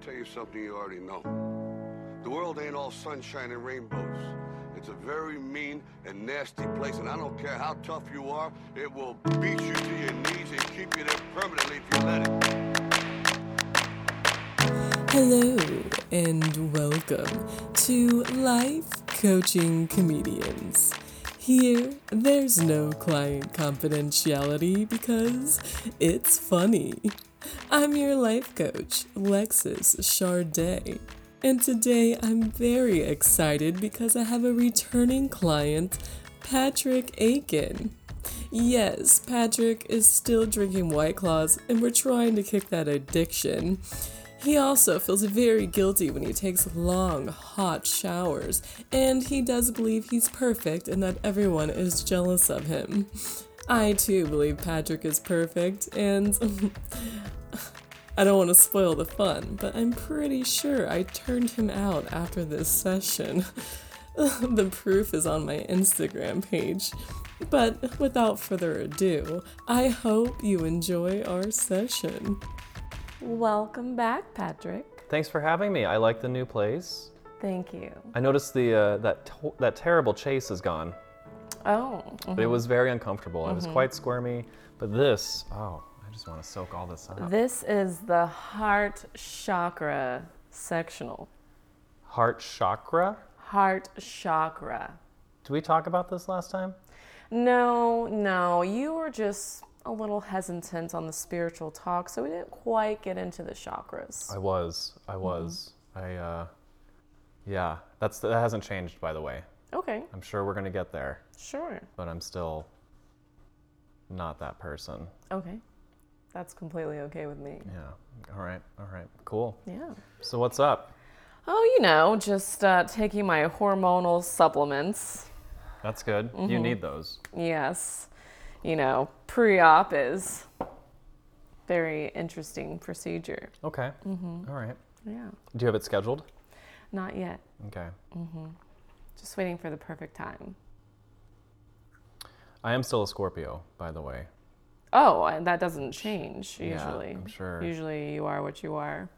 tell you something you already know. The world ain't all sunshine and rainbows. It's a very mean and nasty place, and I don't care how tough you are, it will beat you to your knees and keep you there permanently if you let it. Hello, and welcome to Life Coaching Comedians. Here, there's no client confidentiality because it's funny. I'm your life coach, Lexis Chardet. And today I'm very excited because I have a returning client, Patrick Aiken. Yes, Patrick is still drinking White Claws, and we're trying to kick that addiction. He also feels very guilty when he takes long, hot showers, and he does believe he's perfect and that everyone is jealous of him. I too believe Patrick is perfect, and I don't want to spoil the fun, but I'm pretty sure I turned him out after this session. the proof is on my Instagram page. But without further ado, I hope you enjoy our session. Welcome back, Patrick. Thanks for having me. I like the new place. Thank you. I noticed the uh, that to- that terrible chase is gone, Oh, but it was very uncomfortable. It was quite squirmy, but this, oh, I just want to soak all this up. this is the heart chakra sectional. Heart chakra. Heart chakra. Did we talk about this last time? No, no, you were just a little hesitant on the spiritual talk, so we didn't quite get into the chakras. I was. I was. I. Uh, yeah, that's that hasn't changed by the way. Okay, I'm sure we're gonna get there, sure. but I'm still not that person. Okay. That's completely okay with me. Yeah. All right. All right. Cool. Yeah. So what's up? Oh, you know, just uh, taking my hormonal supplements. That's good. You need those. Yes. You know, pre op is very interesting procedure. Okay. All right. Mm-hmm. Yeah. Do you have it scheduled? Not yet. Okay. Just waiting for the perfect time. I am still a Scorpio, by the way. Oh, and that doesn't change Yeah, usually. I'm sure. Usually you are what you are.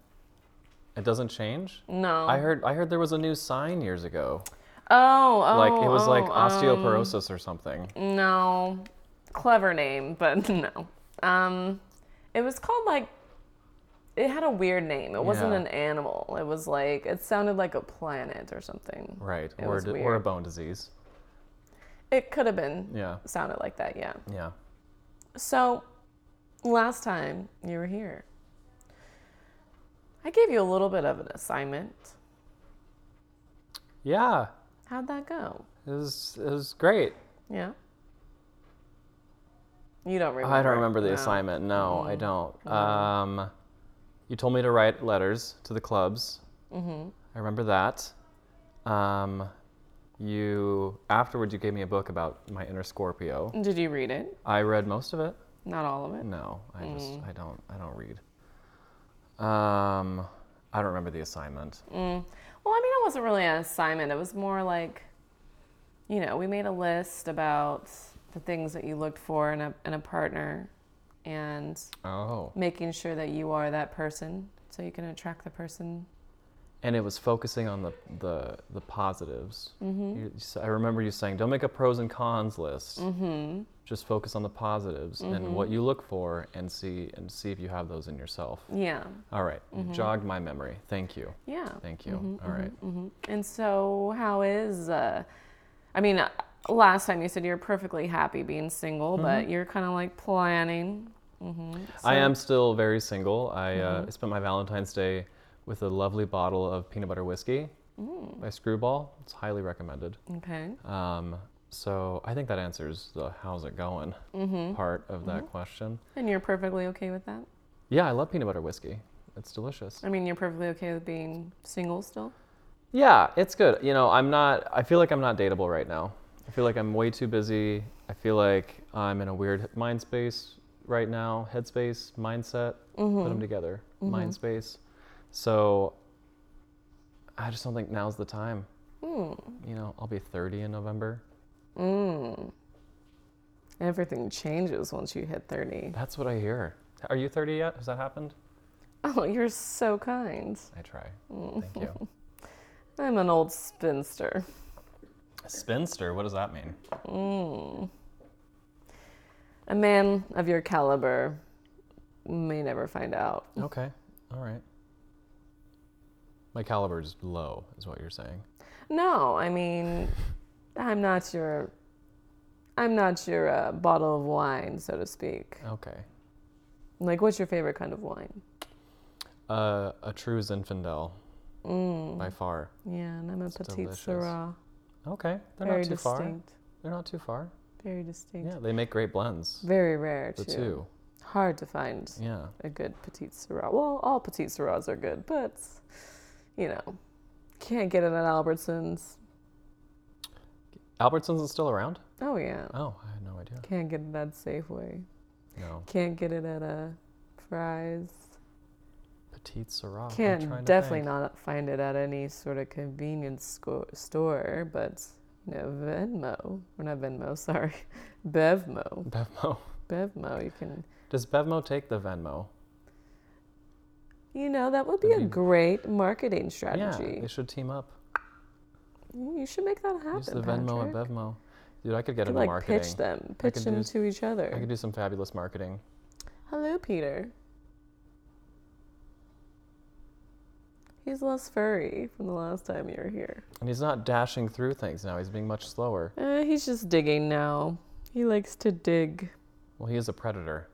It doesn't change. No. I heard. I heard there was a new sign years ago. Oh, oh. Like it was like oh, um, osteoporosis or something. No. Clever name, but no. Um, it was called like. It had a weird name. It wasn't Yeah. an animal. It was like it sounded like a planet or something. Right. It or was d- or a weird. bone disease. It could have been. Yeah. Sounded like that. Yeah. Yeah. So, last time you were here, I gave you a little bit of an assignment. Yeah. How'd that go? It was. It was great. Yeah. You don't remember. I don't remember the No. Mm-hmm. assignment. No, I don't. Um, you told me to write letters to the clubs. Mm-hmm. I remember that. Um, you afterwards you gave me a book about my inner Scorpio. Did you read it? I read most of it. Mm. Not all of it. Mm. No, I just I don't I don't read. Um, I don't remember the assignment. Mm. Well, I mean, it wasn't really an assignment. It was more like, you know, we made a list about the things that you looked for in a in a partner, and Oh, making sure that you are that person, so you can attract the person. and it was focusing on the the the positives. Mm-hmm. You, so I remember you saying, "Don't make a pros and cons list. Mm-hmm. Just focus on the positives and what you look for, and see and see if you have those in yourself." Yeah. All right, you jogged my memory. Thank you. Yeah. Mm-hmm. Thank you. All right. And so, how is? Uh, I mean, uh, last time you said you're perfectly happy being single, but you're kind of like planning. Mm-hmm. Mm-hmm. I am still very single. I uh, spent my Valentine's Day with a lovely bottle of peanut butter whiskey by Screwball. It's highly recommended. Okay. Um, so I think that answers the how's it going part of that question. And you're perfectly okay with that. Yeah, I love peanut butter whiskey. It's delicious. I mean, you're perfectly okay with being single still. Yeah, it's good. You know, I'm not, I feel like I'm not dateable right now. I feel like I'm way too busy. I feel like I'm in a weird mind space right now, headspace, mindset, put them together, mind space. So I just don't think now's the time. You know, I'll be 30 in November. Everything changes once you hit 30. That's what I hear. Are you 30 yet? Has that happened? Oh, you're so kind. I try. Thank you. I'm an old spinster. Spinster, what does that mean? A man of your caliber may never find out. Okay. All right. My caliber's low, is what you're saying. No, I mean, I'm not your, I'm not your uh, bottle of wine, so to speak. Okay. Like, what's your favorite kind of wine? Uh, a true Zinfandel. Mm. By far. Yeah, and I'm a petite delicious. Syrah. Okay. They're Very not too far. distinct. They're not too far. Very distinct. Yeah, they make great blends. Very rare The too. two. Hard to find Yeah. a good petite Syrah. Well, all petite Syrahs are good, but you know, can't get it at Albertsons. Albertsons is still around? Oh yeah, Oh, I had no idea. can't get it at Safeway. No. Can't get it at a Fry's. Petite Syrah. Oh, I'm trying Can't to definitely think. not find it at any sort of convenience sco- store, but you know, Venmo or not Venmo, sorry, Bevmo. Bevmo. Bevmo, you can. Does Bevmo take the Venmo? You know that would be That'd a be- great marketing Yeah, strategy. they should team up. you should make that happen. Use the Venmo Patrick. and Bevmo. Dude, I could get could into like marketing. pitch them, pitch could them do s- to each other. I could do some fabulous marketing. Hello, Peter. He's less furry from the last time you were here. And he's not dashing through things now. He's being much slower. Uh, he's just digging now. He likes to dig. Well, he is a predator.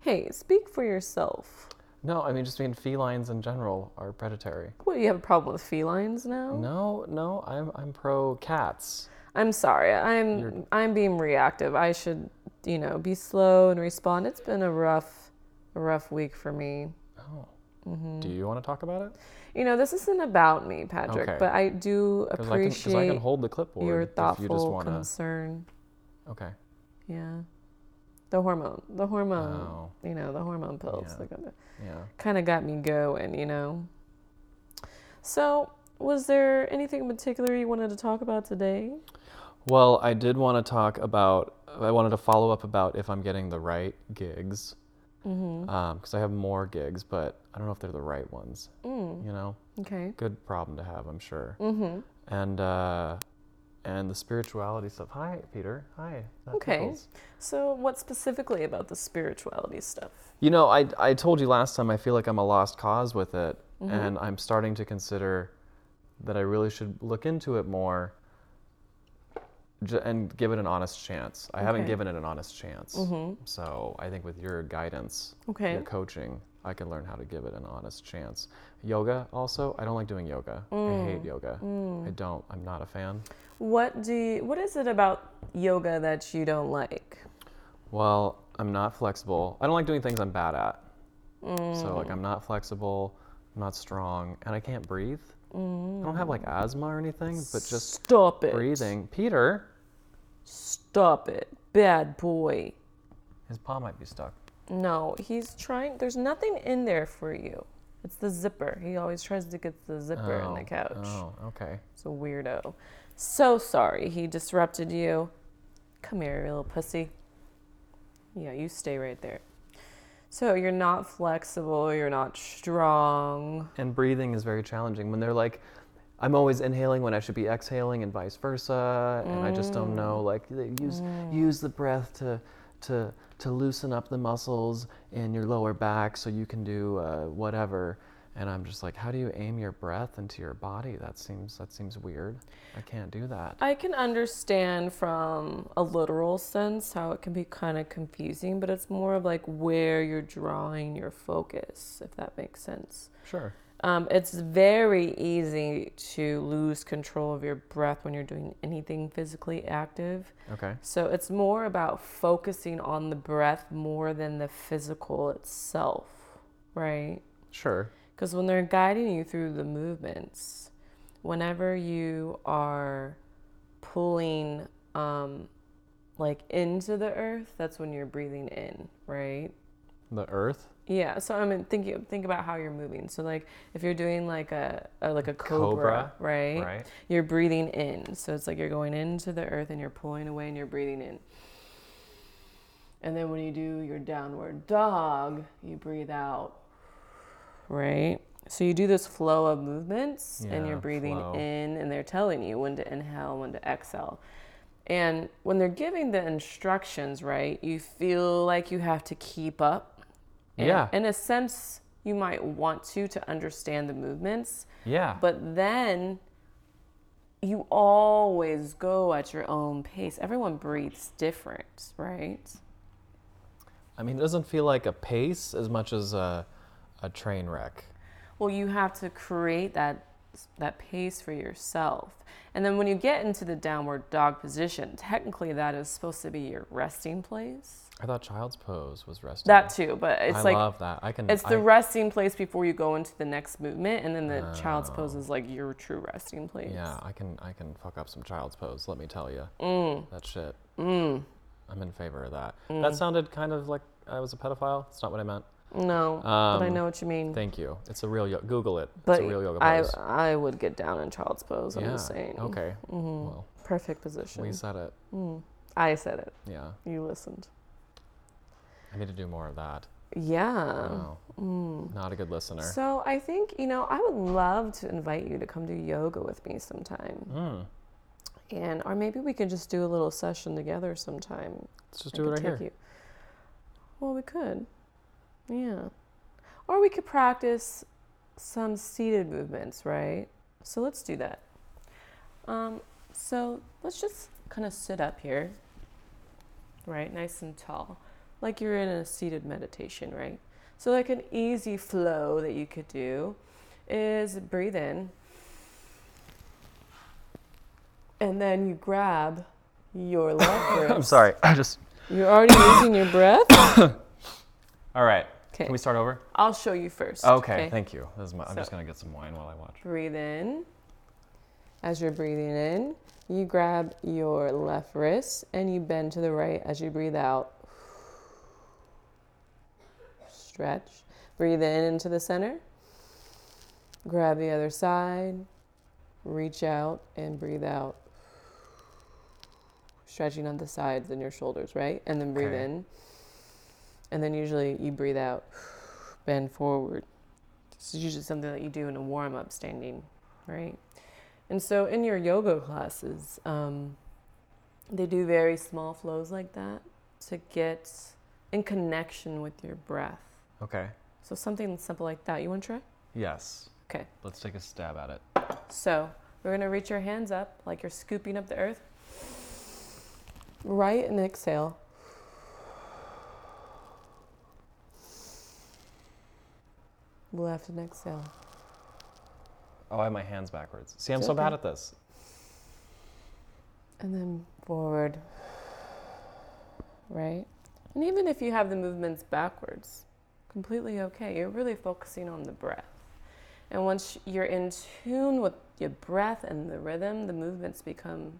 Hey, speak for yourself. No, I mean just mean felines in general are predatory. What, you have a problem with felines now? No, no, I'm I'm pro cats. I'm sorry. I'm You're- I'm being reactive. I should, you know, be slow and respond. It's been a rough, a rough week for me. Oh. Do Hmm. you want to talk about it? You know, this isn't about me, Patrick, Okay. but I do Because I, can- 'cause appreciate I can hold the clipboard your if you just thoughtful want to. concern. Okay. Yeah. The hormone, the hormone, Oh. you know, the hormone pills Yeah. that Yeah. kind of got me going, you know. So, was there anything in particular you wanted to talk about today? Well, I did want to talk about. I wanted to follow up about if I'm getting the right gigs, because Mm-hmm. I have more gigs, but I don't know if they're the right ones. Mm. You know, Okay. good problem to have, I'm sure. And uh, and the spirituality stuff. Hi, Peter. Hi. That Okay. tickles. So, what specifically about the spirituality stuff? You know, I, I told you last time I feel like I'm a lost cause with it, Mm-hmm. and I'm starting to consider that I really should look into it more j- and give it an honest chance. I haven't Okay. Mm-hmm. given it an honest chance. So I think with your guidance, Okay. your coaching, I can learn how to give it an honest chance. Yoga, also, I don't like doing yoga. I Mm. hate yoga. I don't, I'm not a fan. What do you, what is it about yoga that you don't like? Well, I'm not flexible. I don't like doing things I'm bad at. So Mm. like I'm not flexible, I'm not strong, and I can't breathe. I don't have like Mm. asthma or anything, but just Stop it. breathing. Peter, Stop it. Bad boy. his paw might be stuck. No, he's trying. There's nothing in there for you. It's the zipper. He always tries to get the zipper in the couch. Oh, okay. It's a weirdo. So sorry he disrupted you. Come here, you little pussy. Yeah, you stay right there. So you're not flexible. You're not strong. And breathing is very challenging when they're like I'm always inhaling when I should be exhaling and vice versa, and I just don't know like they use use the breath to to to loosen up the muscles in your lower back so you can do uh, whatever. And I'm just like, how do you aim your breath into your body? That seems that seems weird. I can't do that. I can understand from a literal sense how it can be kind of confusing, but it's more of like where you're drawing your focus, if that makes sense. Sure. Um, it's very easy to lose control of your breath when you're doing anything physically active. Okay. So it's more about focusing on the breath more than the physical itself, right? Sure. Because when they're guiding you through the movements, whenever you are pulling um, like into the earth, that's when you're breathing in, right? The earth. Yeah, so I mean, think think about how you're moving. So like, if you're doing like a, a like a cobra, Cobra, right? right. You're breathing in, so it's like you're going into the earth and you're pulling away and you're breathing in. And then when you do your downward dog, you breathe out right? So you do this flow of movements and Yeah, you're breathing flow. in and they're telling you when to inhale, when to exhale. And when they're giving the instructions, right, you feel like you have to keep up. And Yeah. In a sense, you might want to to understand the movements, Yeah. but then you always go at your own pace. Everyone breathes different, right? I mean, it doesn't feel like a pace as much as a, a train wreck. Well, you have to create that that pace for yourself. And then when you get into the downward dog position, technically that is supposed to be your resting place. I thought child's pose was resting. That too, but it's I like love that. I can. it's the I- resting place before you go into the next movement and then the child's pose is like your true resting place. Oh. Yeah, I can. I can fuck up some child's pose. Let me tell you. Mm. That shit. I'm in favor of that. That sounded kind of like I was a pedophile. It's not what I meant. No, but I Um, know what you mean. Thank you. It's a real yoga. Google it. Mm. but it's a real yoga I pose. I would get down in child's pose, I'm yeah. just saying. Mm-hmm. Okay. Well, Perfect position. we said it. I said it. Yeah. You listened. I need to do more of that. Yeah. Wow. Not a good listener. Oh. Mm. So I think you know I would love to invite you to come do yoga with me sometime, Mm. and or maybe we could just do a little session together sometime. Let's just I do it could right take here. you- Well, we could, yeah, or we could practice some seated movements, right? So let's do that. Um, so let's just kind of sit up here, right, nice and tall, like you're in a seated meditation, right? So, like an easy flow that you could do is breathe in, and then you grab your left wrist. I'm sorry. I just. You're already using your breath. All right. 'Kay. Can we start over? I'll show you first. Okay. Thank you. This is my, I'm So- just gonna get some wine while I watch. Breathe in. As you're breathing in, you grab your left wrist and you bend to the right as you breathe out. Stretch. Breathe in into the center. Grab the other side. Reach out and breathe out. Stretching on the sides and your shoulders, right? And then breathe Okay. in. And then usually you breathe out, bend forward. This is usually something that you do in a warm up standing, right? And so in your yoga classes, um, they do very small flows like that to get in connection with your breath. Okay. So something simple like that. You want to try? Yes. Okay. Let's take a stab at it. So we're gonna reach your hands up like you're scooping up the earth. Right and exhale. Left and exhale. Oh, I have my hands backwards. See, I'm It's so bad okay. at this. And then forward. Right? And even if you have the movements backwards, completely okay. You're really focusing on the breath. And once you're in tune with your breath and the rhythm, the movements become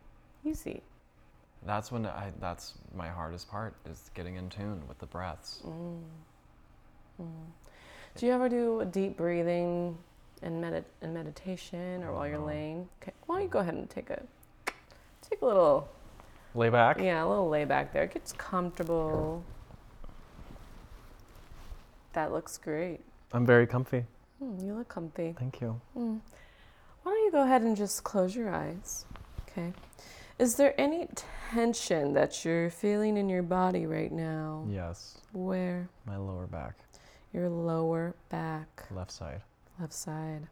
easy. That's when I. That's my hardest part is getting in tune with the breaths. Mm. Do you ever do a deep breathing and medit and meditation or while you're No. laying? Okay. Why don't you go ahead and take a take a little Lay back. Yeah, a little lay back there. Gets comfortable. That looks great. I'm very comfy. Hmm, you look comfy. Hmm. Thank you. Why don't you go ahead and just close your eyes? Okay. Is there any tension that you're feeling in your body right now? Yes. Where? My lower back, Your lower back, left side. left side.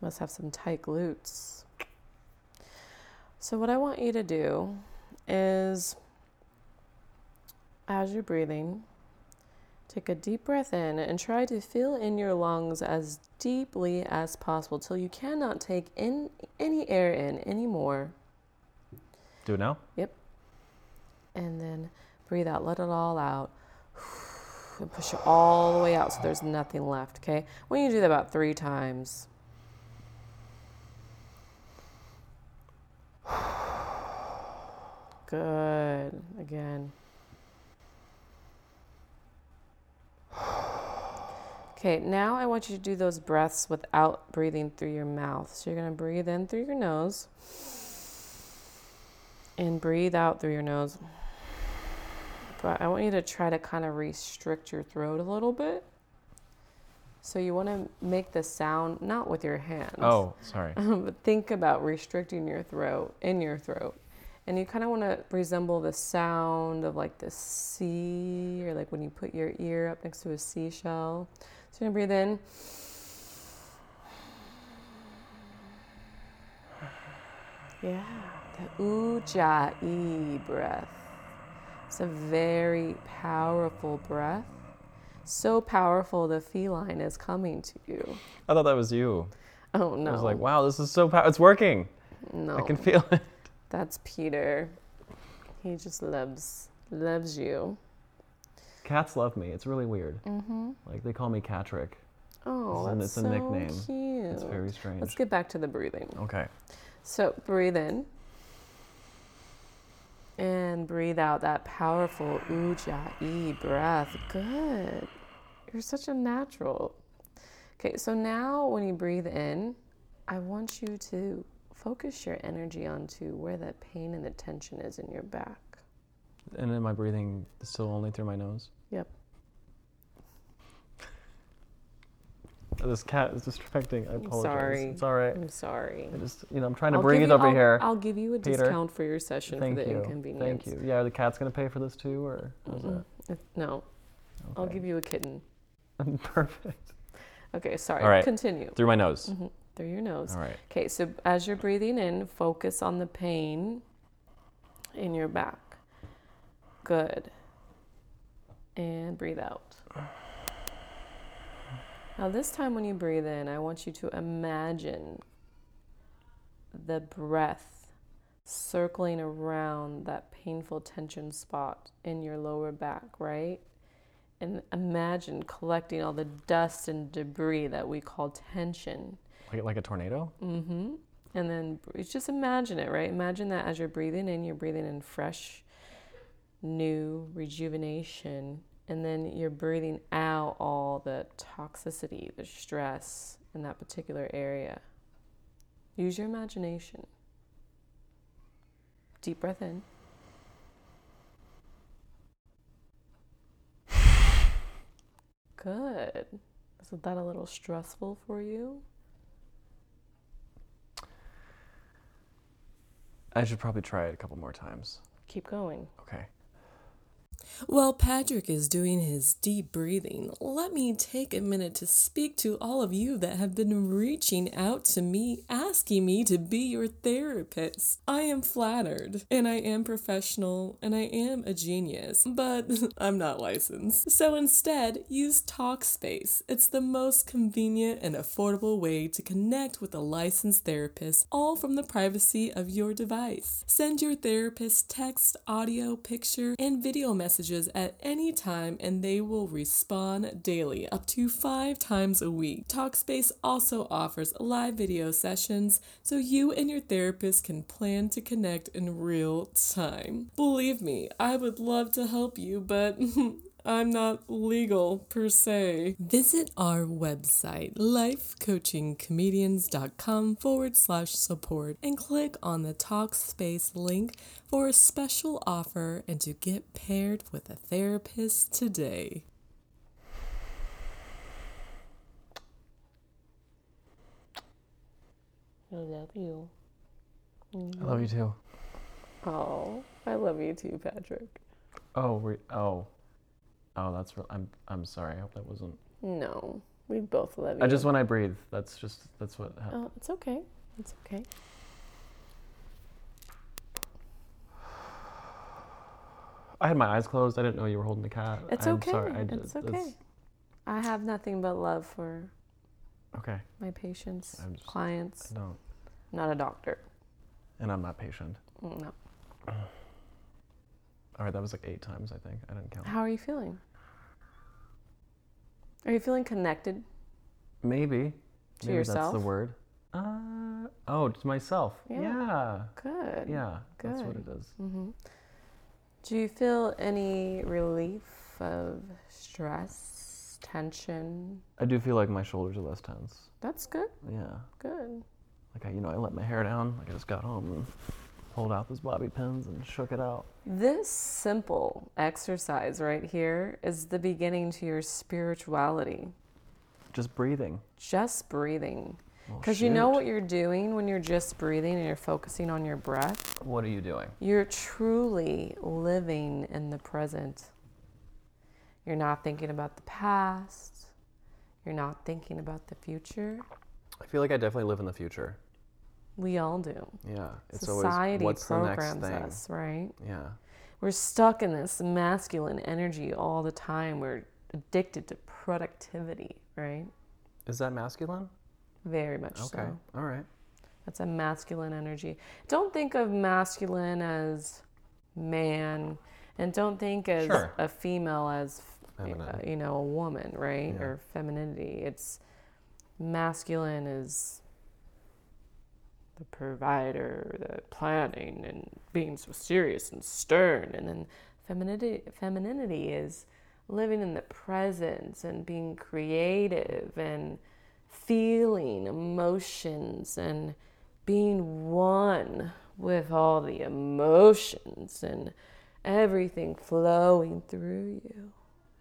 Must have some tight glutes. So, what I want you to do is as you're breathing, take a deep breath in and try to fill in your lungs as deeply as possible till you cannot take in any air in anymore. Do it now. And then breathe out, let it all out. And push it all the way out so there's nothing left, okay? When you do that about three times. Good. Again. Okay, now I want you to do those breaths without breathing through your mouth. So you're going to breathe in through your nose and breathe out through your nose. But I want you to try to kind of restrict your throat a little bit. So you want to make the sound not with your hands. Oh, sorry. but think about restricting your throat in your throat. And you kind of want to resemble the sound of like the sea or like when you put your ear up next to a seashell. So you're going to breathe in. Yeah, the ujjayi breath. It's a very powerful breath. So powerful the feline is coming to you. I thought that was you. Oh no. I was like, wow, this is so pow- it's working. no. I can feel it. That's Peter. He just loves loves you. Cats love me. It's really weird. Mm-hmm. Like they call me Catrick. Oh, Isn't it- it's that's a so nickname. It's cute. It's very strange. Let's get back to the breathing. okay. So breathe in and breathe out that powerful ujjayi breath. Good. You're such a natural. Okay, so now when you breathe in, I want you to focus your energy onto where that pain and the tension is in your back. And am I breathing still only through my nose? Yep. This cat is distracting. I apologize. sorry. It's all right. I'm sorry. I just, you know, I'm trying to I'll bring give it you- over I'll- here. I'll give you a Peter. discount for your session Thank for the you. inconvenience. Mm-hmm. Thank you. Yeah, are the cat's gonna pay for this too, or how's that? If- No, I'll give you a kitten. you. Perfect. Okay, sorry. All right. Continue Through my nose. through your nose. All right. Okay, so as you're breathing in, focus on the pain in your back. Good. And breathe out. Now, this time when you breathe in, I want you to imagine the breath circling around that painful tension spot in your lower back, right? And imagine collecting all the dust and debris that we call tension. Like, like a tornado. Mm-hmm. And then br- just imagine it, right? Imagine that as you're breathing in, you're breathing in fresh, new rejuvenation. And then you're breathing out all the toxicity, the stress in that particular area. Use your imagination. Deep breath in. Good. Isn't that a little stressful for you? I should probably try it a couple more times. Keep going. Okay. While Patrick is doing his deep breathing, let me take a minute to speak to all of you that have been reaching out to me, asking me to be your therapist. I am flattered, and I am professional, and I am a genius, but I'm not licensed. So instead, use TalkSpace. It's the most convenient and affordable way to connect with a licensed therapist, all from the privacy of your device. Send your therapist text, audio, picture, and video messages at any time, and they will respond daily, up to five times a week. Talkspace also offers live video sessions so you and your therapist can plan to connect in real time. Believe me, I would love to help you, but. I'm not legal per se. Visit our website, lifecoachingcomedians.com forward slash support, and click on the Talk Space link for a special offer and to get paired with a therapist today. I love you. I Mm-hmm. love you too. Oh, I love you too, Patrick. Oh, we, oh, oh. That's. Re- I'm. I'm sorry. I hope that wasn't. No, we both love you. I just when I breathe. That's just. That's what happened. Oh, it's okay. It's okay. I had my eyes closed. I didn't know you were holding the cat. It's I'm okay. Sorry. I, d- it's okay. that's- I have nothing but love for Okay. my patients, I'm just- clients. I don't. I'm not a doctor. And I'm not patient. No. All right. That was like eight times. I think. I didn't count. How are you feeling? Are you feeling connected? Maybe. To Maybe That's the yourself? word. Uh, oh, to myself. Yeah. Yeah. Good. Yeah. That's what it Good. is. Do you feel any relief of stress, tension? I do feel like my shoulders are less tense. That's good. Yeah. Good. Like I, you know, I let my hair down. Like I just got home and pulled out those bobby pins and shook it out. This simple exercise right here is the beginning to your spirituality. Just breathing. Just breathing. Well, Because you know shoot. what you're doing when you're just breathing and you're focusing on your breath? What are you doing? You're truly living in the present. You're not thinking about the past. You're not thinking about the future. I feel like I definitely live in the future. We all do. Yeah. It's always Society what's the next programs thing. us, right? Yeah. We're stuck in this masculine energy all the time. We're addicted to productivity, right? Is that masculine? Very much Okay. so. All right. That's a masculine energy. Don't think of masculine as man, and don't think as Sure. a female as f- Feminine. uh, you know a woman, right? Or femininity. It's masculine is the provider, the planning, and being so serious and stern, and then femininity femininity is living in the presence and being creative and feeling emotions and being one with all the emotions and everything flowing through you.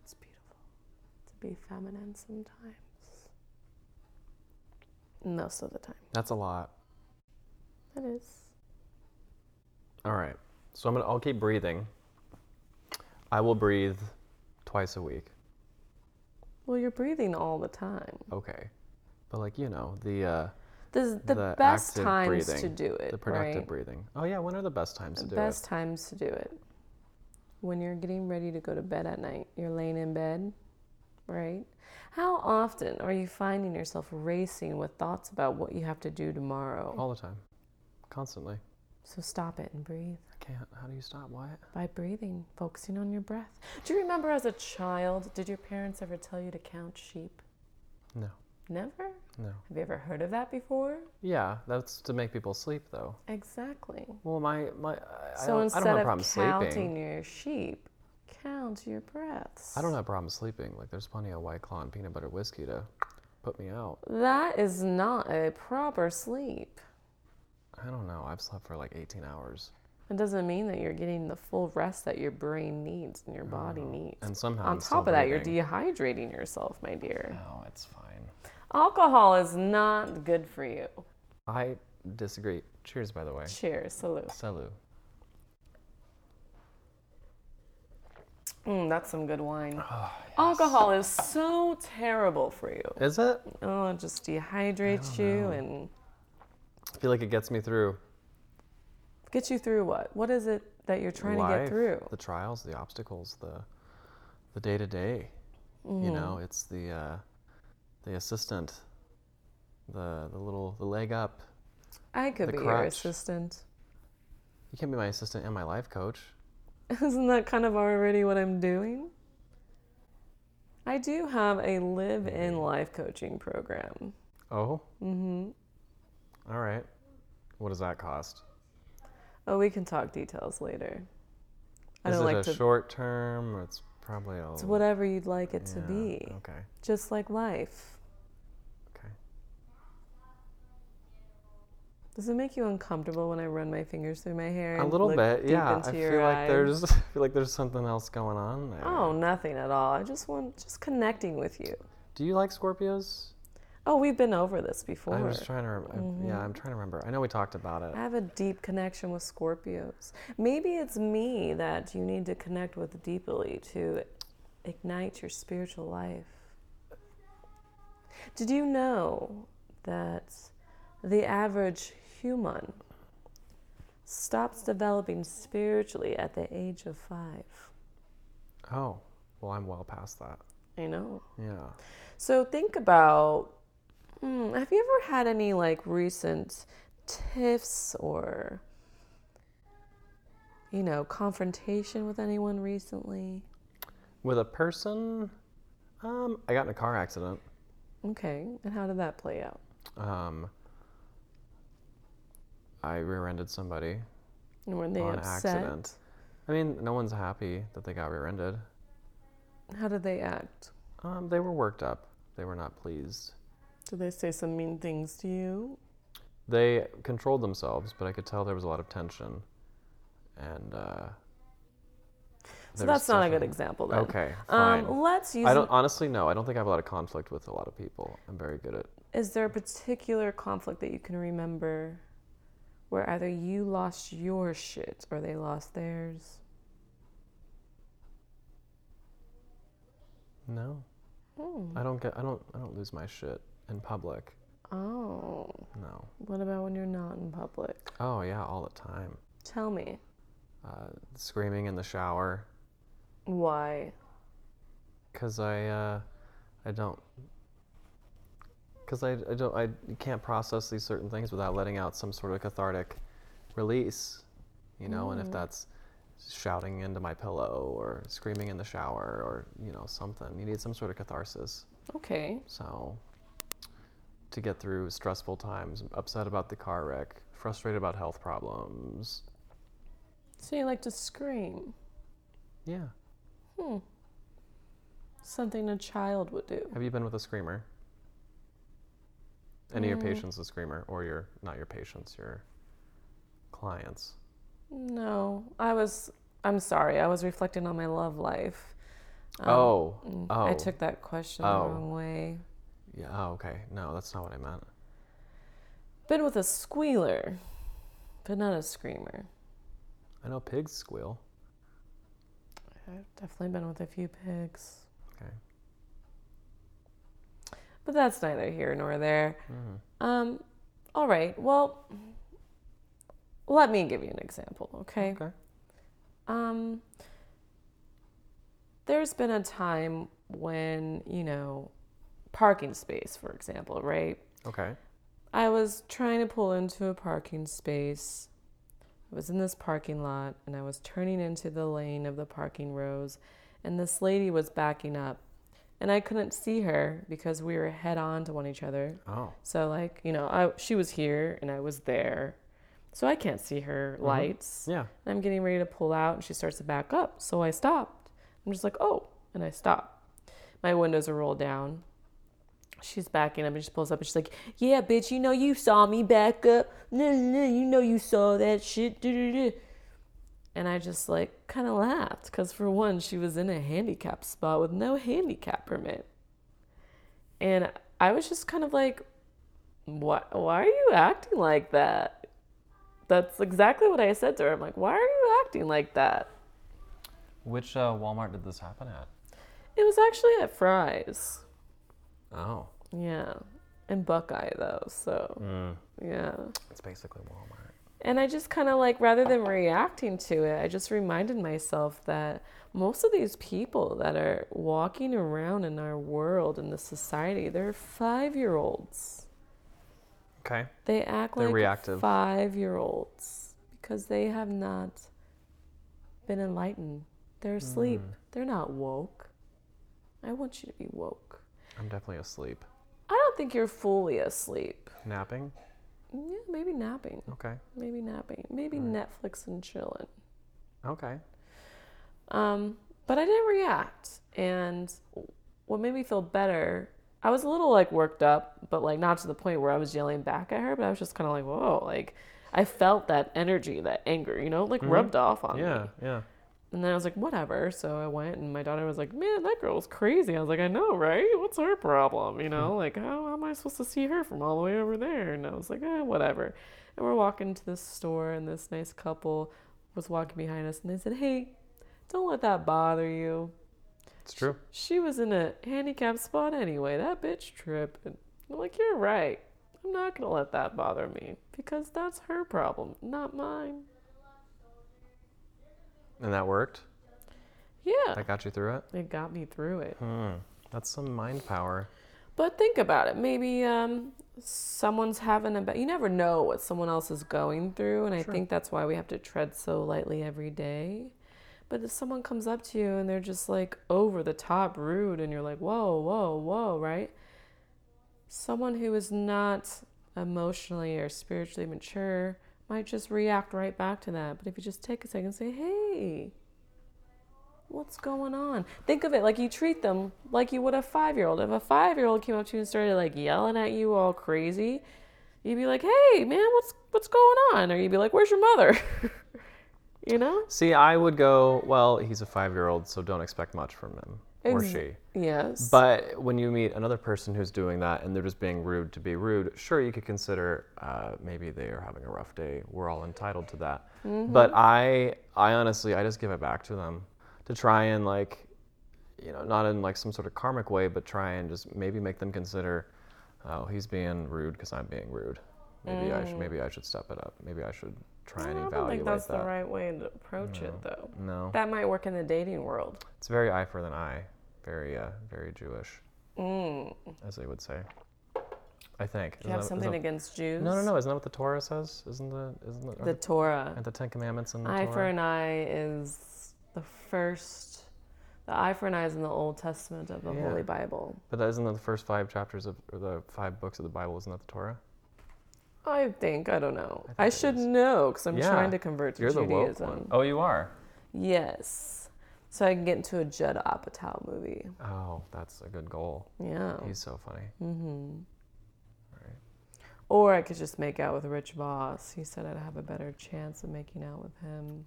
It's beautiful to be feminine sometimes. Most of the time, That's a lot. it is. All right. So I'm gonna. I'll keep breathing. I will breathe twice a week. Well, you're breathing all the time. Okay. But like you know the uh, The, the, best active times to breathing, do it, The productive right? breathing. Oh yeah. When are the best times to do best times to do it when you're getting ready to go to bed at night you're laying in bed right how often are you finding yourself racing with thoughts about what you have to do tomorrow it? All the time. Constantly. so stop it and breathe I can't. How do you stop? What? by breathing focusing on your breath do you remember as a child did your parents ever tell you to count sheep No. never No. have you ever heard of that before Yeah. That's to make people sleep though. exactly Well, my my. I, so I don't, I instead don't have a of problem counting sleeping. your sheep count your breaths I don't have problems sleeping. Like there's plenty of white claw and peanut butter whiskey to put me out. That is not a proper sleep. I don't know. I've slept for like 18 hours. It doesn't mean that you're getting the full rest that your brain needs and your body needs. And somehow on I'm top still of that, breathing. you're dehydrating yourself, my dear. No, it's fine. Alcohol is not good for you. I disagree. Cheers, by the way. Cheers, salute. Salut. Mm, that's some good wine. Oh, Alcohol is so terrible for you. Is it? Oh, it just dehydrates you and I feel like it gets me through gets you through what? What is it that you're trying to life, get through? the trials, the obstacles, the the day to day. Mm-hmm. You know, it's the uh, the assistant, the the little the leg up. I could the be your crutch. assistant. You can't be my assistant and my life coach. Isn't that kind of already what I'm doing? I do have a live Mm-hmm. in life coaching program. Oh. Mm-hmm. All right. What does that cost? Oh, we can talk details later. I Is don't it like a to. short term? Or it's probably a. it's whatever you'd like it to yeah, be, Okay. just like life. Okay. Does it make you uncomfortable when I run my fingers through my hair? A and little look bit, deep yeah. into I your feel like eyes? there's I feel like there's something else going on there. Oh, nothing at all. I just want just connecting with you. Do you like Scorpios? Oh, we've been over this before. I was trying to remember. Yeah, I'm trying to remember. I know we talked about it. Mm-hmm. I have a deep connection with Scorpios. Maybe it's me that you need to connect with deeply to ignite your spiritual life. Did you know that the average human stops developing spiritually at the age of five? Oh, well, I'm well past that. I know. Yeah. So think about hmm, have you ever had any like recent tiffs or you know, confrontation with anyone recently? With a person, um, I got in a car accident. Okay. And how did that play out? Um, I rear-ended somebody And were they on upset? accident. I mean, no one's happy that they got rear-ended. How did they act? Um, they were worked up. They were not pleased. Did they say some mean things to you? they controlled themselves, but I could tell there was a lot of tension. And uh, So There's that's not a good different- example then. Okay, Um, fine. let's use. I don't honestly no. I don't think I have a lot of conflict with a lot of people. I'm very good at. Is there a particular conflict that you can remember where either you lost your shit or they lost theirs? No. I don't get. I don't. I don't lose my shit in public. Oh, No. what about when you're not in public? Oh yeah, all the time. Tell me Uh, screaming in the shower why. because I. Uh, I don't. Because I, I don't. I can't process these certain things without letting out some sort of cathartic release. You know, and if that's shouting into my pillow or screaming in the shower or you know something, you need some sort of catharsis. Okay. So, to get through stressful times, upset about the car wreck, frustrated about health problems. So you like to scream, Yeah. something a child would do. Have you been with a screamer? Any of Mm. your patients a screamer, or your not your patients, your clients? No, I was. I'm sorry. I was reflecting on my love life. oh. Oh. Um, mm, I took that question Oh. the wrong way. Yeah. Oh, okay. No, that's not what I meant. Been with a squealer, but not a screamer. I know pigs squeal. I've definitely been with a few pigs, Okay. but that's neither here nor there. Um, all right. Well, let me give you an example, okay? Okay. Um, there's been a time when you know, parking space, for example, right? Okay. I was trying to pull into a parking space. I was in this parking lot and I was turning into the lane of the parking rows, and this lady was backing up. And I couldn't see her because we were head on to one each other. Oh. So, like, you know, I, she was here and I was there. So I can't see her lights. Yeah. And I'm getting ready to pull out and she starts to back up. So I stopped. I'm just like, oh, and I stop. My windows are rolled down. She's backing up and she pulls up and she's like, yeah, bitch, you know you saw me back up. No, no, no, you know you saw that shit. Du-du-du." And I just like kind of laughed because for one, she was in a handicap spot with no handicap permit. And I was just kind of like, what? Why are you acting like that? That's exactly what I said to her. I'm like, why are you acting like that? Which uh, Walmart did this happen at? It was actually at Fry's. Oh. Yeah. And Buckeye, though. So, yeah. It's basically Walmart. And I just kind of like, rather than reacting to it, I just reminded myself that most of these people that are walking around in our world, in this society, they're five year olds. Okay. They act They're like reactive. five year olds because they have not been enlightened. They're asleep. Hmm. They're not woke. I want you to be woke. I'm definitely asleep. I don't think you're fully asleep. Napping. Yeah, maybe napping. Okay. Maybe napping. Maybe Hmm. Netflix and chilling. Okay. Um, but I didn't react. And what made me feel better, I was a little like worked up, but like not to the point where I was yelling back at her, but I was just kind of like, whoa, like I felt that energy, that anger, you know, like rubbed off on me. Yeah. Yeah. And then I was like, whatever. So I went, and my daughter was like, man, that girl's crazy. I was like, I know, right? What's her problem? You know, like, how, how am I supposed to see her from all the way over there? And I was like, eh, whatever. And we're walking to this store, and this nice couple was walking behind us, and they said, hey, don't let that bother you. It's true. She was in a handicapped spot anyway. That bitch tripping. I'm like, you're right. I'm not going to let that bother me because that's her problem, not mine. And that worked. Yeah. That got you through it. it got me through it. That's some mind power. But think about it. Maybe um, someone's having a bad. You never know what someone else is going through, and I think that's why we have to tread so lightly every day. But if someone comes up to you and they're just like over the top rude, and you're like, whoa, whoa, whoa, right? Someone who is not emotionally or spiritually mature might just react right back to that. But if you just take a second and say, hey, what's going on? Think of it like you treat them like you would a five year old. If a five year old came up to you and started like yelling at you all crazy, you'd be like, Hey man, what's what's going on? Or you'd be like, Where's your mother? You know? See, I would go, well, he's a five year old, so don't expect much from him or Ex- she. Yes. But when you meet another person who's doing that and they're just being rude to be rude, sure, you could consider uh, maybe they are having a rough day. We're all entitled to that. Mm-hmm. But I, I honestly, I just give it back to them to try and like, you know, not in like some sort of karmic way, but try and just maybe make them consider, oh, he's being rude because I'm being rude. Maybe I should, maybe I should step it up. Maybe I should try and Mm. I evaluate don't think that's that. Mm. the right way to approach it, though. No, That might work in the dating world. it's very eye for an eye, very, uh, very Jewish. as they would say. I think. Mm. You have something isn't, against Jews? No, no, no. Isn't that what the Torah says? Isn't the isn't the, the, The Torah. the Ten Commandments in the Eye Torah? for an eye is the first. The eye for an eye is in the Old Testament of the Yeah. Holy Bible. But that isn't that the first five chapters of or the five books of the Bible? Isn't that the Torah? I think I don't know. think I, it should is. know because I'm Yeah, trying to convert to You're the Judaism. woke one. Oh, you are. Yes, so I can get into a Judd Apatow movie. Oh, that's a good goal. Yeah, He's so funny. or I could just make out with Rich Voss. He said I'd have a better chance of making out with him.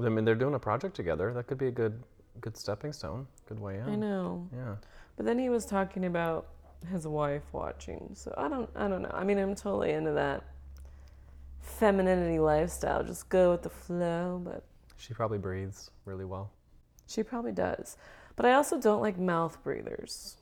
I mean, they're doing a project together. That could be a good good stepping stone. Good way in. I know, Yeah. but then he was talking about his wife watching. So I don't, I don't know. I mean, I'm totally into that femininity lifestyle. Just go with the flow, but She probably breathes really well. she probably does. But I also don't like mouth breathers.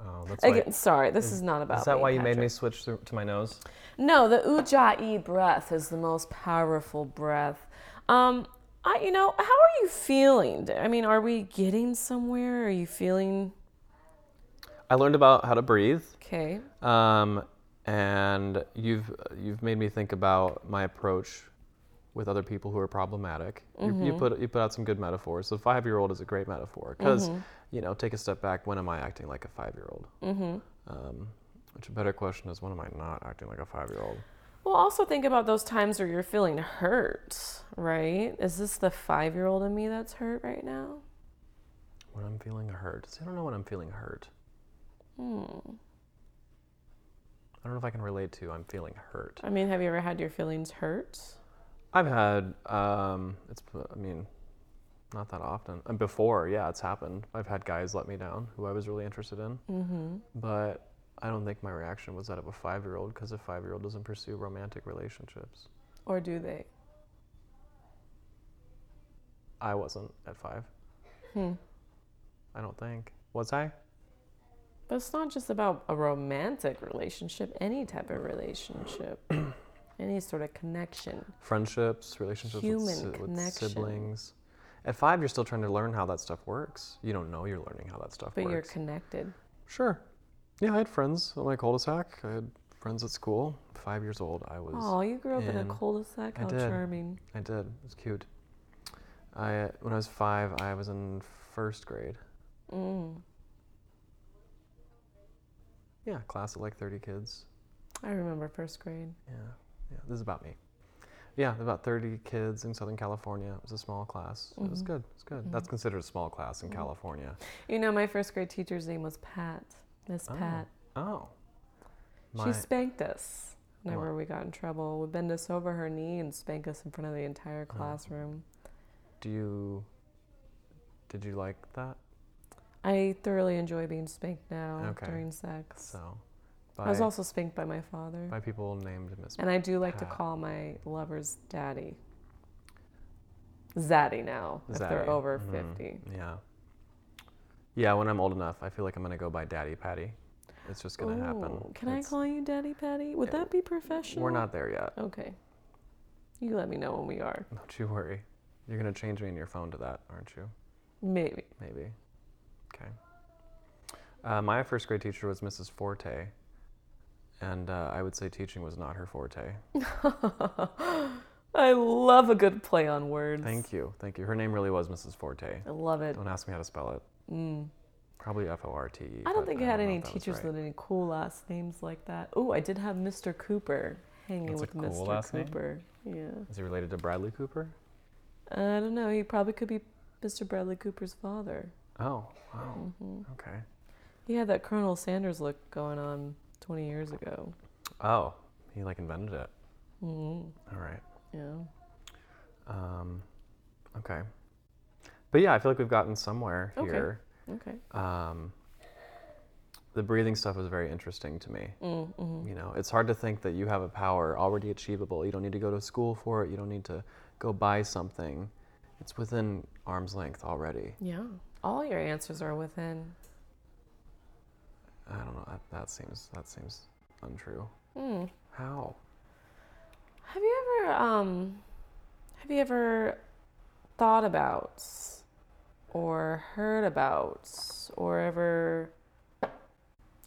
Oh, that's why. Again, sorry, this is, not about. Is that me, why you made me Patrick. switch through, to my nose? No, the ujjayi breath is the most powerful breath. Um, I, you know, how are you feeling? I mean, are we getting somewhere? Are you feeling I learned about how to breathe okay? Um, and you've you've made me think about my approach with other people who are problematic. You, you put you put out some good metaphors. The five year old is a great metaphor because you know take a step back. When am I acting like a five year old? Mm-hmm. Um, which a better question is when am I not acting like a five year old? Well, also think about those times where you're feeling hurt, right? Is this the five-year-old in me that's hurt right now? When I'm feeling hurt. See, I don't know when I'm feeling hurt. Hmm. I don't know if I can relate to I'm feeling hurt. I mean, have you ever had your feelings hurt? I've had um, it's I mean, not that often. And before, yeah, it's happened. I've had guys let me down who I was really interested in, mm-hmm. but I don't think my reaction was that of a five-year-old because a five-year-old doesn't pursue romantic relationships. Or do they? I wasn't at five. Hmm. I don't think was I. But it's not just about a romantic relationship, any type of relationship, any sort of connection. Friendships, relationships Human with, si- with connection. siblings. At five, you're still trying to learn how that stuff works. You don't know you're learning how that stuff But works. you're connected. Sure. Yeah, I had friends in my cul-de-sac. I had friends at school. Five years old, I was. Oh, you grew up in a in- cul-de-sac. I How did. charming. I did. It was cute. I uh, when I was five, I was in first grade. Mm. Yeah, class of like thirty kids. I remember first grade. Yeah, yeah. This is about me. Yeah, about thirty kids in Southern California. It was a small class. It Mm-hmm. was good. It's good. That's considered a small class in California. You know, my first grade teacher's name was Pat. Miss Pat. Oh. She My, spanked us whenever Wow. we got in trouble. Would bend us over her knee and spank us in front of the entire Oh. classroom. do you? Did you like that? I thoroughly enjoy being spanked now Okay. during sex. So. I was also spanked by my father. by people named Miss. And I do like to Pat. call my lovers daddy. Zaddy now, if Zaddy, they're over mhm. 50. Yeah. Yeah, when I'm old enough, I feel like I'm gonna go by Daddy Patty. It's just gonna happen. Ooh, Can I It's- call you Daddy Patty? Would that be professional? We're not there yet. Okay. You let me know when we are. Don't you worry. You're gonna change me in your phone to that, aren't you? Maybe. Maybe. Okay. Uh, my first grade teacher was Mrs. Forte, and uh, I would say teaching was not her forte. I love a good play on words. Thank you, thank you. Her name really was Mrs. Forte. I love it. Don't ask me how to spell it. Probably F O R T E. Mm. I don't but think I had know any if that was teachers right. with any cool last names like that. Oh, I did have Mr. Cooper hanging That's a with cool Mr. last name. Cooper. Is he related to Bradley Cooper? Yeah. I don't know. He probably could be Mr. Bradley Cooper's father. Oh, wow. Okay. He had that Colonel Sanders look going on 20 years ago. Oh, he like invented it. All right. Yeah. Um, okay. But yeah, I feel like we've gotten somewhere Okay. here. Okay. Um, the breathing stuff was very interesting to me. You know, it's hard to think that you have a power already achievable. You don't need to go to school for it. You don't need to go buy something. It's within arm's length already. Yeah. All your answers are within. I don't know. That, that seems that seems untrue. How? Have you ever um have you ever thought about or heard about or ever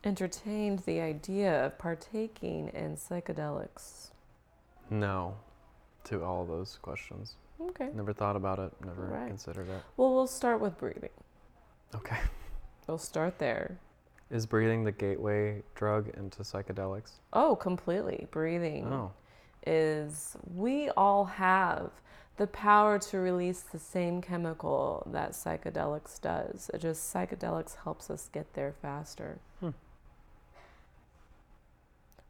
entertained the idea of partaking in psychedelics? No, to all those questions. Okay. Never thought about it. Never Right. considered it. Well, we'll start with breathing. Okay. We'll start there. Is breathing the gateway drug into psychedelics? Oh, completely. Breathing. Oh, is we all have the power to release the same chemical that psychedelics does. It just psychedelics helps us get there faster.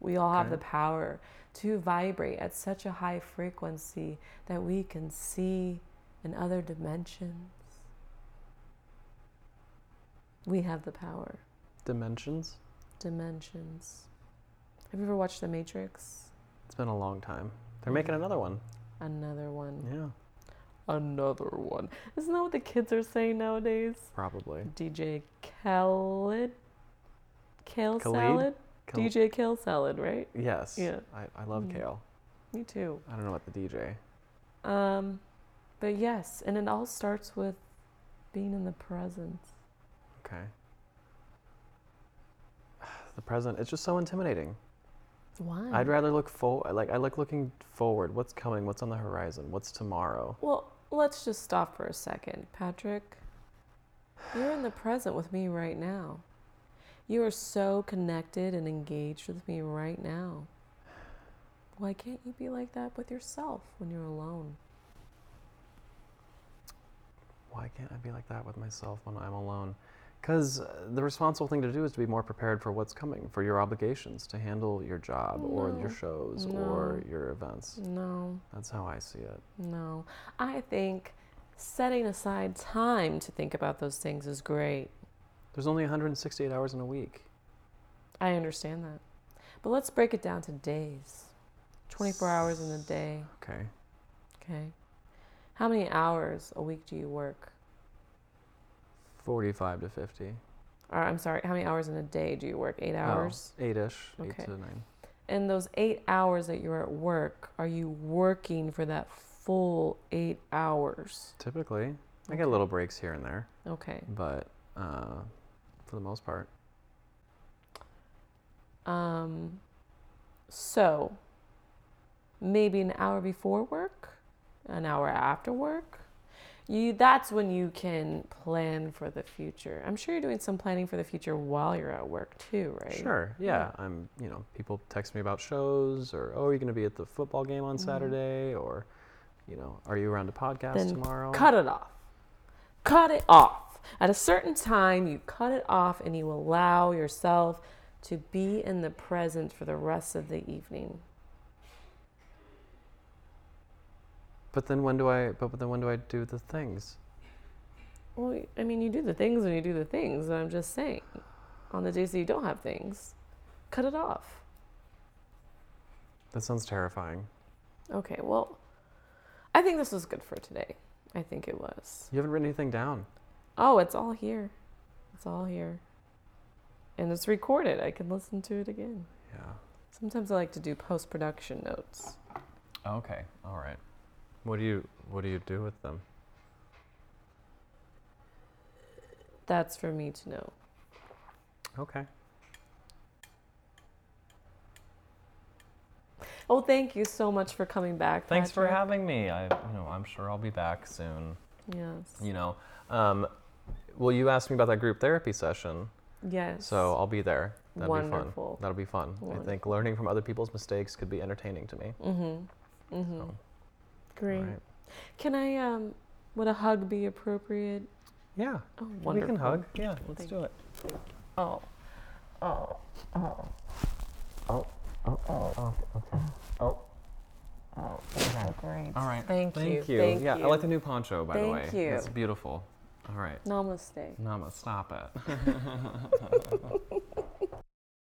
We all have Okay. the power to vibrate at such a high frequency that we can see in other dimensions. We have the power. dimensions. Dimensions. Have you ever watched The Matrix? It's been a long time. They're making Mm-hmm. another one. Another one. Yeah, another one. Isn't that what the kids are saying nowadays? probably. DJ Khaled? Kale Khalid? salad? Kal- DJ Kale salad, right? Yes. Yeah. Mm-hmm. I, I love kale. Me too. I don't know about the DJ. Um, but yes, and it all starts with being in the presence. Okay. The present. It's just so intimidating. Why? I'd rather look full. Like I like looking forward. What's coming? What's on the horizon? What's tomorrow? well, let's just stop for a second. Patrick, you're in the present with me right now. You are so connected and engaged with me right now. Why can't you be like that with yourself when you're alone? why can't I be like that with myself when I'm alone? Because the responsible thing to do is to be more prepared for what's coming, for your obligations to handle your job or your shows or your events. No, That's how I see it. no. I think setting aside time to think about those things is great. There's only 168 hours in a week. I understand that. But let's break it down to days 24 hours in a day, Okay. okay? How many hours a week do you work? 45 to 50. Or I'm sorry, how many hours in a day do you work? Eight hours? Oh, eight ish. Okay. Eight to nine. In those eight hours that you're at work, are you working for that full eight hours? Typically, I get little breaks here and there, Okay. but uh, for the most part, Um, so maybe an hour before work, an hour after work. You that's when you can plan for the future. I'm sure you're doing some planning for the future while you're at work too, right? Sure. Yeah. I'm. You know, people text me about shows, or oh, are you going to be at the football game Mm-hmm. on Saturday, or you know, are you around a podcast Then tomorrow? cut it off. Cut it off. At a certain time, you cut it off and you allow yourself to be in the present for the rest of the evening. But then when do I? But then when do I do the things? Well, I mean, you do the things and you do the things. And I'm just saying, on the days that you don't have things, cut it off. That sounds terrifying. Okay, well, I think this was good for today. I think it was. You haven't written anything down. Oh, it's all here. It's all here. And it's recorded. I can listen to it again. Yeah. Sometimes I like to do post production notes. Okay. All right. What do you What do you do with them? That's for me to know. Okay. Oh, thank you so much for coming back. Thanks for Patrick. having me. I you know I'm sure I'll be back soon. Yes. You know, um, well you asked me about that group therapy session. Yes. So I'll be there. That'll be fun. Wonderful. That'll be fun. I think learning from other people's mistakes could be entertaining to me. Mm-hmm. great. Alright. Can I, um, would a hug be appropriate? Yeah. Oh, we can wonderful. hug. Yeah, let's do it. Oh. Oh, oh, oh, okay. Oh, Oh, these are great. All right. Thank, you. Thank yeah, you. I like the new poncho, by the way. Thank you. It's beautiful. All right. Namaste. Nama, stop it.